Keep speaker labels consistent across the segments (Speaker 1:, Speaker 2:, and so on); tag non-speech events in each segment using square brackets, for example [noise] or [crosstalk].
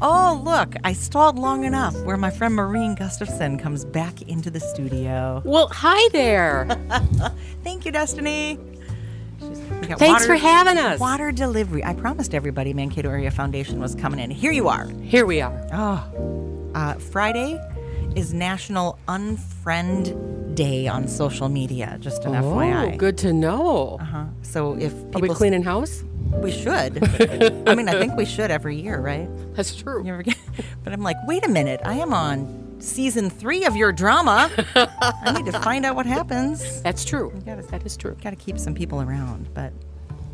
Speaker 1: Oh, look, I stalled long enough where my friend Maureen Gustafson comes back into the studio.
Speaker 2: Well, hi there.
Speaker 1: Thank you, Destiny. She's- we got
Speaker 2: Thanks for having us.
Speaker 1: Water delivery. I promised everybody Mankato Area Foundation was coming in. Here you are.
Speaker 2: Here we are.
Speaker 1: Oh, uh, Friday is National Unfriend Day on social media, just an FYI.
Speaker 2: Oh, good to know.
Speaker 1: Uh-huh. So if
Speaker 2: Are we
Speaker 1: people
Speaker 2: cleaning house?
Speaker 1: We
Speaker 2: [laughs]
Speaker 1: should. I mean, I think we should every year, right?
Speaker 2: That's true.
Speaker 1: You ever get- [laughs] But I'm like, wait a minute, I am on season three of your drama. I need to find out what happens.
Speaker 2: That's true.
Speaker 1: gotta-
Speaker 2: That is true.
Speaker 1: Got to keep some people around, but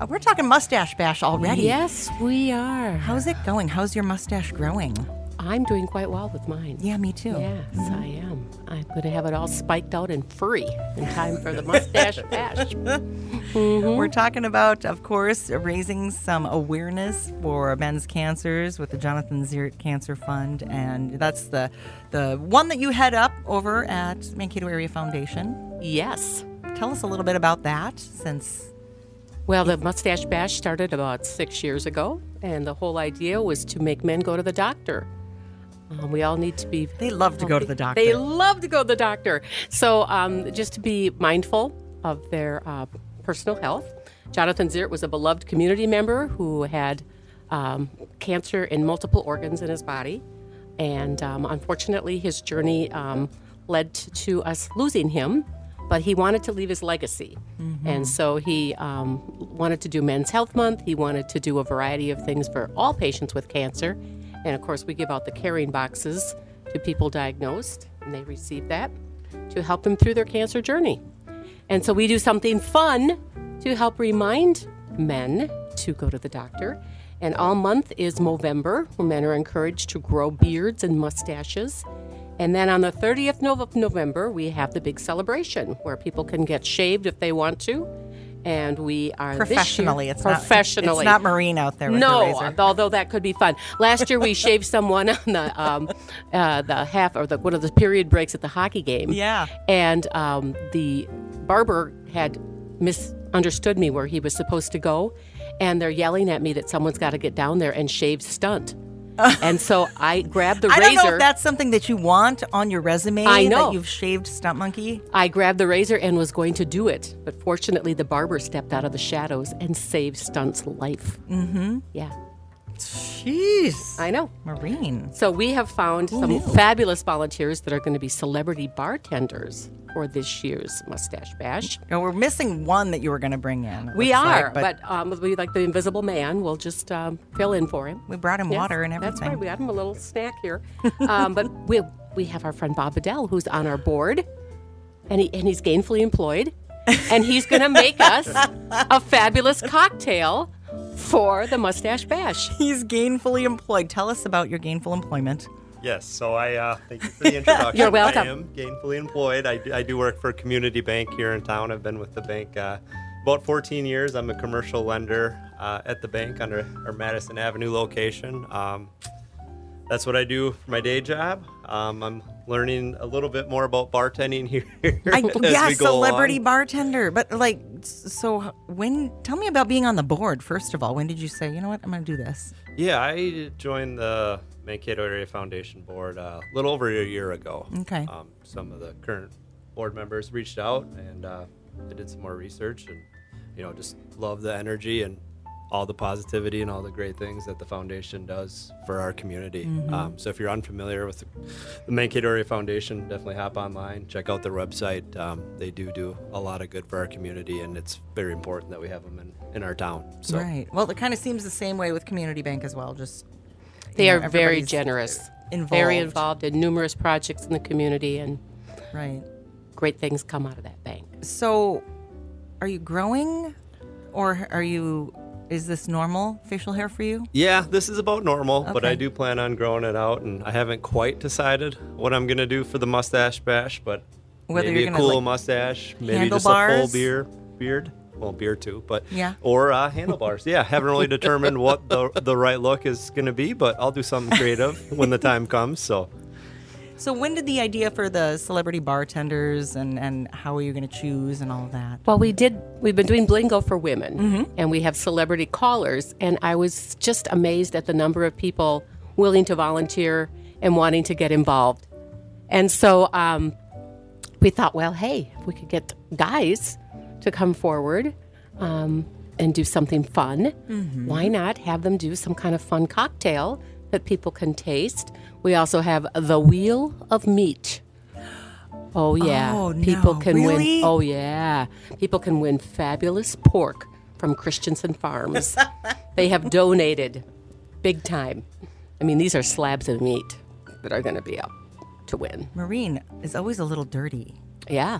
Speaker 1: uh, we're talking mustache bash already.
Speaker 2: Yes, we are.
Speaker 1: How's it going? How's your mustache growing?
Speaker 2: I'm doing quite well with mine.
Speaker 1: Yeah, me too.
Speaker 2: Yes, I am. I'm going to have it all spiked out and furry in time for the mustache bash.
Speaker 1: We're talking about, of course, raising some awareness for men's cancers with the Jonathan Zirk Cancer Fund, and that's the the one that you head up over at Mankato Area Foundation.
Speaker 2: Yes.
Speaker 1: Tell us a little bit about that, since
Speaker 2: Well, the mustache bash started about six years ago, and the whole idea was to make men go to the doctor. Um, we all need to be
Speaker 1: they love to go to the doctor.
Speaker 2: They love to go to the doctor. So um, just to be mindful of their uh, personal health. Jonathan Ziert was a beloved community member who had um, cancer in multiple organs in his body. And um, unfortunately, his journey um, led t- to us losing him, but he wanted to leave his legacy. And so he um, wanted to do Men's Health Month. He wanted to do a variety of things for all patients with cancer. And of course, we give out the caring boxes to people diagnosed, and they receive that to help them through their cancer journey. And so we do something fun to help remind men to go to the doctor. And all month is Movember, where men are encouraged to grow beards and mustaches. And then on the 30th no- of November, we have the big celebration where people can get shaved if they want to. And we are this year-
Speaker 1: professionally, it's not
Speaker 2: professionally
Speaker 1: it's not Marine out there with the
Speaker 2: no,
Speaker 1: razor.
Speaker 2: although that could be fun. Last
Speaker 1: [laughs]
Speaker 2: year we shaved someone on the um, uh, the half or the one of the period breaks at the hockey game.
Speaker 1: Yeah.
Speaker 2: and um, the barber had misunderstood me where he was supposed to go, and they're yelling at me that someone's got to get down there and
Speaker 1: [laughs]
Speaker 2: shave stunt. and so I grabbed the
Speaker 1: I
Speaker 2: razor.
Speaker 1: don't know if that's something that you want on your resume.
Speaker 2: I know.
Speaker 1: that you've shaved stunt monkey.
Speaker 2: I grabbed the razor and was going to do it, but fortunately the barber stepped out of the shadows and saved Stunt's life. Mm-hmm. Yeah,
Speaker 1: Jeez,
Speaker 2: I know.
Speaker 1: Marine.
Speaker 2: So we have found
Speaker 1: Oh,
Speaker 2: some fabulous volunteers that are going to be celebrity bartenders for this year's Mustache Bash.
Speaker 1: No, we're missing one that you were going to bring in. it
Speaker 2: We
Speaker 1: looks like,
Speaker 2: are, but, um, we like the Invisible Man. We'll just um, fill in for him.
Speaker 1: we brought him
Speaker 2: Yes,
Speaker 1: water and everything.
Speaker 2: That's right. We got him a little snack here. um, but [laughs] we we have our friend Bob Adele who's on our board, and he and he's gainfully employed, and he's going to
Speaker 1: [laughs]
Speaker 2: make us a fabulous cocktail for the Mustache Bash.
Speaker 1: He's gainfully employed. Tell us about your gainful employment.
Speaker 3: Yes, so I uh, thank you
Speaker 1: [laughs]
Speaker 3: for the introduction.
Speaker 2: You're welcome.
Speaker 3: I am gainfully employed. I do, I do work for a community bank here in town. I've been with the bank uh, about 14 years. I'm a commercial lender uh, at the bank under our Madison Avenue location. Um, that's what I do for my day job. Um, I'm learning a little bit more about bartending [laughs] here.
Speaker 1: I,
Speaker 3: as
Speaker 1: yeah,
Speaker 3: we go
Speaker 1: celebrity
Speaker 3: along.
Speaker 1: bartender. But like, s- so when? Tell me about being on the board. First of all, when did you say, you know what, I'm going to do this?
Speaker 3: Yeah, I joined the Mankato Area Foundation Board uh, a little over a year ago.
Speaker 1: Okay.
Speaker 3: Um, some of the current board members reached out, and uh, I did some more research, and you know, just love the energy and all the positivity and all the great things that the foundation does for our community.
Speaker 1: Mm-hmm.
Speaker 3: Um, so, if you're unfamiliar with the, the Mankato Area Foundation, definitely hop online, check out their website. Um, they do do a lot of good for our community, and it's very important that we have them in, in our town. So.
Speaker 1: Right. Well, it kind of seems the same way with community bank as well. Just you
Speaker 2: They
Speaker 1: know,
Speaker 2: are very
Speaker 1: everybody's
Speaker 2: generous, very
Speaker 1: involved.
Speaker 2: involved in numerous projects in the community, and
Speaker 1: Right.
Speaker 2: great things come out of that bank.
Speaker 1: So, are you growing, or are you? Is this normal facial hair for you?
Speaker 3: Yeah, this is about normal, but
Speaker 1: Okay.
Speaker 3: I do plan on growing it out, and I haven't quite decided what I'm gonna do for the mustache bash, but
Speaker 1: Whether
Speaker 3: maybe
Speaker 1: you're
Speaker 3: a
Speaker 1: gonna,
Speaker 3: cool
Speaker 1: like,
Speaker 3: mustache, maybe just a full
Speaker 1: handlebars?
Speaker 3: beer, beard, well, beard too, but
Speaker 1: Yeah. [laughs]
Speaker 3: or uh, handlebars. yeah, haven't really determined what the the right look is gonna be, but I'll do something creative when the time comes. So
Speaker 1: So, when did the idea for the celebrity bartenders and and how are you going to choose and all of that?
Speaker 2: Well, we did. We've been doing Blingo for Mm-hmm. women, and we have celebrity callers. And I was just amazed at the number of people willing to volunteer and wanting to get involved. And so um, we thought, well, hey, if we could get guys to come forward um, and do something fun,
Speaker 1: Mm-hmm.
Speaker 2: why not have them do some kind of fun cocktail that people can taste? We also have the Wheel of Meat. Oh yeah,
Speaker 1: Oh,
Speaker 2: people
Speaker 1: no.
Speaker 2: can
Speaker 1: Really?
Speaker 2: win. Oh yeah, people can win fabulous pork from Christensen
Speaker 1: [laughs]
Speaker 2: Farms. they have donated big time. I mean, these are slabs of meat that are going to be up to win.
Speaker 1: Marine is always a little dirty,
Speaker 2: Yeah,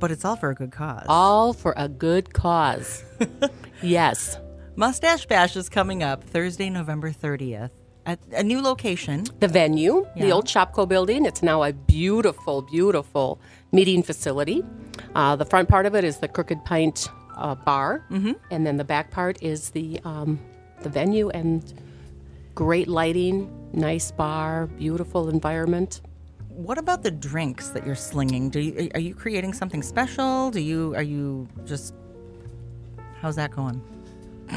Speaker 1: but it's all for a good cause.
Speaker 2: all for a good cause. yes,
Speaker 1: Mustache Bash is coming up Thursday, November 30th at a new location.
Speaker 2: the venue, the
Speaker 1: Yeah.
Speaker 2: old Shopco building. It's now a beautiful, beautiful meeting facility. Uh, the front part of it is the Crooked Pint uh, bar, and then the back part is the um, the venue and great lighting, nice bar, beautiful environment.
Speaker 1: What about the drinks that you're slinging? Do you are you creating something special? Do you are you just how's that going?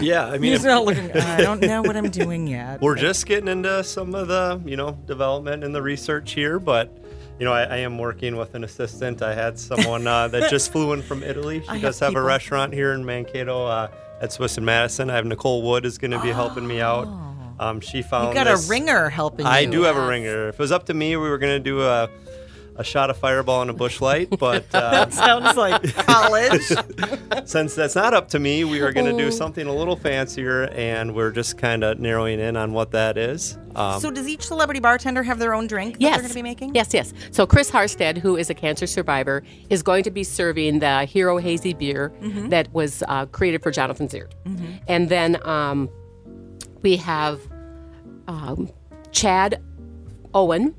Speaker 3: Yeah, I mean,
Speaker 1: He's
Speaker 3: if-
Speaker 1: not looking. I don't know what I'm doing yet.
Speaker 3: we're just getting into some of the you know development and the research here, but you know, I, I am working with an assistant. I had someone uh, that just flew in
Speaker 1: [laughs]
Speaker 3: from Italy. She
Speaker 1: have
Speaker 3: does have, a
Speaker 1: people.
Speaker 3: restaurant here in Mankato uh, at Swiss and Madison. I have Nicole Wood is going to be helping me out. Um, she found
Speaker 1: Oh. you got
Speaker 3: this-
Speaker 1: a ringer helping
Speaker 3: I
Speaker 1: you.
Speaker 3: do have a
Speaker 2: Yes.
Speaker 3: ringer. If it was up to me, we were going to do a, a shot of fireball and a
Speaker 1: [laughs]
Speaker 3: bush light, but
Speaker 1: [laughs]
Speaker 3: uh,
Speaker 1: Sounds like
Speaker 3: [laughs]
Speaker 1: college.
Speaker 3: since that's not up to me, we are going to
Speaker 1: Oh.
Speaker 3: do something a little fancier, and we're just kind of narrowing in on what that is. Um,
Speaker 1: so does each celebrity bartender have their own drink that
Speaker 2: yes.
Speaker 1: they're going to be making?
Speaker 2: Yes, yes. So Chris Harstead, who is a cancer survivor, is going to be serving the Hero Hazy beer
Speaker 1: Mm-hmm.
Speaker 2: that was uh, created for Jonathan Ziert. And then um, we have um, Chad Owen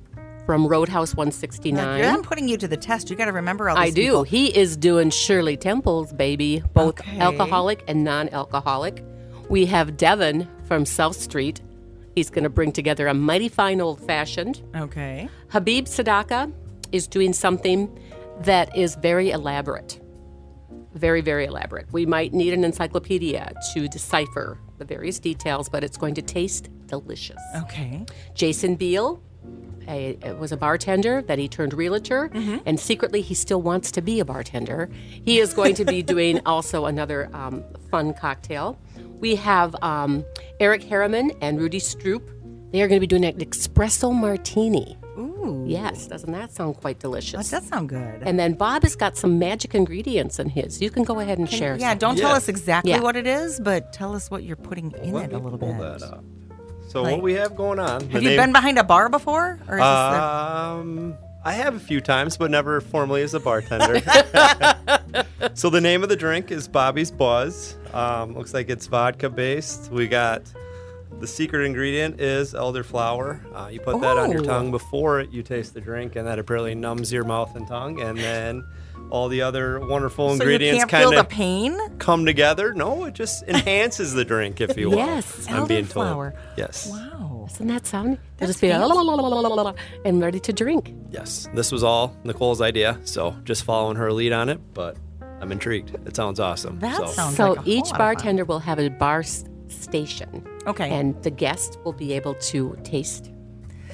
Speaker 2: from Roadhouse 169.
Speaker 1: I'm putting you to the test. You got to remember all these
Speaker 2: I do.
Speaker 1: people.
Speaker 2: He is doing Shirley Temple's baby, both
Speaker 1: Okay.
Speaker 2: alcoholic and non-alcoholic. We have Devin from South Street. He's going to bring together a mighty fine old fashioned.
Speaker 1: Okay.
Speaker 2: Habib Sadaka is doing something that is very elaborate. Very, very elaborate. We might need an encyclopedia to decipher the various details, but it's going to taste delicious.
Speaker 1: Okay.
Speaker 2: Jason Beal a, was a bartender, then he turned realtor, and secretly he still wants to be a bartender. He is going to be doing also another um, fun cocktail. We have um, Eric Harriman and Rudy Stroop. They are going to be doing an espresso martini.
Speaker 1: Ooh.
Speaker 2: Yes, doesn't that sound quite
Speaker 1: That
Speaker 2: delicious?
Speaker 1: does sound good.
Speaker 2: And then Bob has got some magic ingredients in his. You can go ahead and share.
Speaker 1: yeah,
Speaker 2: some.
Speaker 1: don't tell
Speaker 3: Yeah.
Speaker 1: us exactly
Speaker 2: Yeah.
Speaker 1: what it is, but tell us what you're putting in
Speaker 3: let
Speaker 1: it
Speaker 3: me
Speaker 1: a little
Speaker 3: pull
Speaker 1: bit.
Speaker 3: that up. So
Speaker 1: Like-
Speaker 3: what we have going on?
Speaker 1: Have you been behind a bar before? Or is this
Speaker 3: Um, I have a few times, but never formally as
Speaker 1: [laughs]
Speaker 3: a bartender. so the name of the drink is Bobby's Buzz. Um, looks like it's vodka based. We got the secret ingredient is elderflower. Uh, you put that on your
Speaker 1: Ooh.
Speaker 3: tongue before you taste the drink, and that apparently numbs your mouth and tongue, and then all the other wonderful
Speaker 1: the, so you
Speaker 3: ingredients
Speaker 1: can't feel
Speaker 3: kind
Speaker 1: the
Speaker 3: of
Speaker 1: pain?
Speaker 3: come together. No,
Speaker 1: [laughs]
Speaker 3: it just enhances the drink, if you will.
Speaker 2: Yes.
Speaker 3: I'm being told.
Speaker 1: Elderflower.
Speaker 3: Yes.
Speaker 1: Wow.
Speaker 2: Doesn't that sound? They'll just be la, la, la, la, la, la, la, la, and ready to drink.
Speaker 3: Yes, this was all Nicole's idea, so just following her lead on it, but I'm intrigued. It sounds awesome.
Speaker 1: That
Speaker 3: so.
Speaker 1: sounds-
Speaker 2: So
Speaker 1: like a whole lot
Speaker 2: each
Speaker 1: of fun.
Speaker 2: bartender will have a bar s- station.
Speaker 1: Okay.
Speaker 2: And the guest will be able to taste.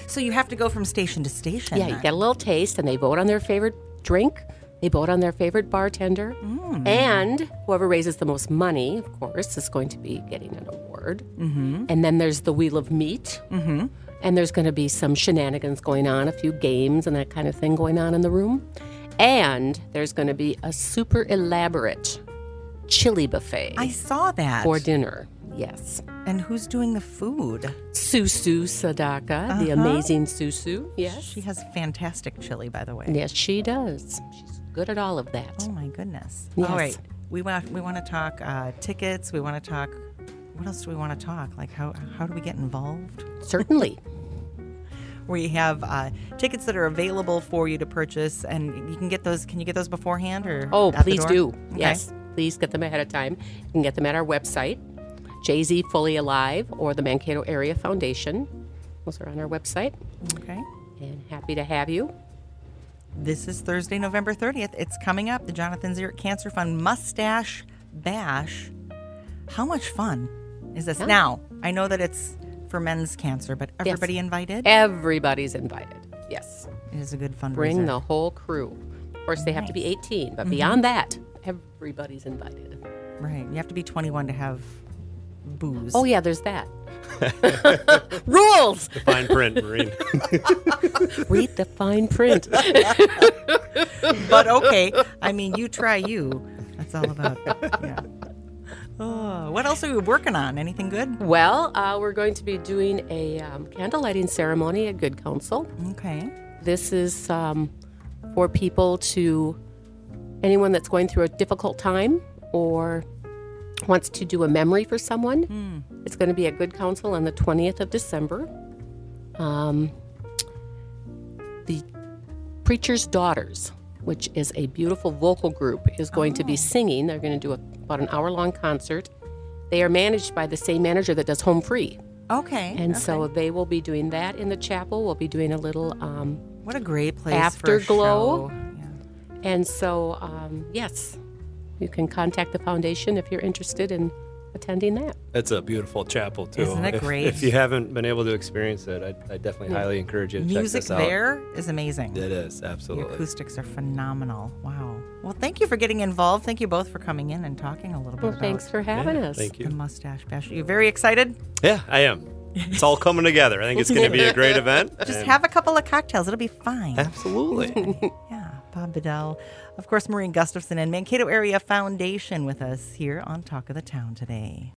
Speaker 1: So you have to go from station to station.
Speaker 2: Yeah, you
Speaker 1: then.
Speaker 2: get a little taste, and they vote on their favorite drink. They vote on their favorite bartender,
Speaker 1: Mm.
Speaker 2: and whoever raises the most money, of course, is going to be getting an award. Mm-hmm. And then there's the wheel of meat, mm-hmm. and there's going to be some shenanigans going on, a few games and that kind of thing going on in the room. And there's going to be a super elaborate chili buffet
Speaker 1: I saw that.
Speaker 2: for dinner. Yes.
Speaker 1: and who's doing the food?
Speaker 2: Susu Sadaka, the amazing Susu. Uh-huh. Yes.
Speaker 1: She has fantastic chili, by the way.
Speaker 2: yes, she does. She's good at all of that.
Speaker 1: Oh my goodness.
Speaker 2: Yes.
Speaker 1: All right. We want we want to talk uh, tickets. We want to talk. What else do we want to talk? Like how how do we get involved?
Speaker 2: Oh. Certainly.
Speaker 1: We have uh, tickets that are available for you to purchase, and you can get those. Can you get those beforehand or?
Speaker 2: Oh,
Speaker 1: at the
Speaker 2: please
Speaker 1: door?
Speaker 2: do.
Speaker 1: Okay.
Speaker 2: Yes. Please get them ahead of time. You can get them at our website, Jay Z Fully Alive or the Mankato Area Foundation. Those are on our website.
Speaker 1: Okay.
Speaker 2: And happy to have you.
Speaker 1: This is Thursday, November thirtieth. It's coming up. The Jonathan Zirk Cancer Fund Mustache Bash. How much fun is this? Now I know that it's for men's cancer, but everybody invited.
Speaker 2: Eh. Everybody's invited. Yes.
Speaker 1: It is a good fundraiser.
Speaker 2: Bring the whole crew. Of course, they have to be 18, but beyond that, everybody's invited.
Speaker 1: right. You have to be 21 to have booze.
Speaker 2: Oh, yeah, there's that. Rules!
Speaker 3: [laughs] Fine print, Marine.
Speaker 2: Read the fine print.
Speaker 1: [laughs] but okay. I mean, you try you. That's all about. Yeah. Oh, what else are you working on? Anything good?
Speaker 2: [laughs] well, uh, we're going to be doing a um, candle lighting ceremony at Good Counsel.
Speaker 1: Okay.
Speaker 2: This is um, for people to anyone that's going through a difficult time or wants to do a memory for someone. It's going to be at Good Counsel on the 20th of December. Um, the Preacher's Daughters, which is a beautiful vocal group, is going to be singing. They're going to do a, about an hour long concert. They are managed by the same manager that does Home Free.
Speaker 1: Mm, Okay.
Speaker 2: And so they will be doing that in the chapel. We'll be doing a little um,
Speaker 1: what a great place for a
Speaker 2: Afterglow.
Speaker 1: show. Yeah.
Speaker 2: And so, um, yes, you can contact the foundation if you're interested in attending that.
Speaker 3: It's a beautiful chapel too.
Speaker 1: Isn't it
Speaker 3: If-
Speaker 1: great?
Speaker 3: If you haven't been able to experience it, I, I definitely highly encourage you to check
Speaker 1: Music
Speaker 3: this out.
Speaker 1: there is amazing.
Speaker 3: It is
Speaker 1: The
Speaker 3: absolutely.
Speaker 1: acoustics are phenomenal. Wow. Well, thank you for getting involved. Thank you both for coming in and talking a little bit
Speaker 2: Well,
Speaker 1: about
Speaker 2: thanks for having us.
Speaker 3: Thank
Speaker 1: the
Speaker 3: you.
Speaker 1: mustache bash. Are you very excited?
Speaker 3: Yeah, I am. It's all coming together. I think it's going to be
Speaker 1: [laughs]
Speaker 3: a great event.
Speaker 1: Just
Speaker 3: and-
Speaker 1: have a couple of cocktails. It'll be fine. [laughs]
Speaker 3: absolutely.
Speaker 1: Yeah, Bob Bedell. Of course, Maureen Gustafson and Mankato Area Foundation with us here on Talk of the Town today.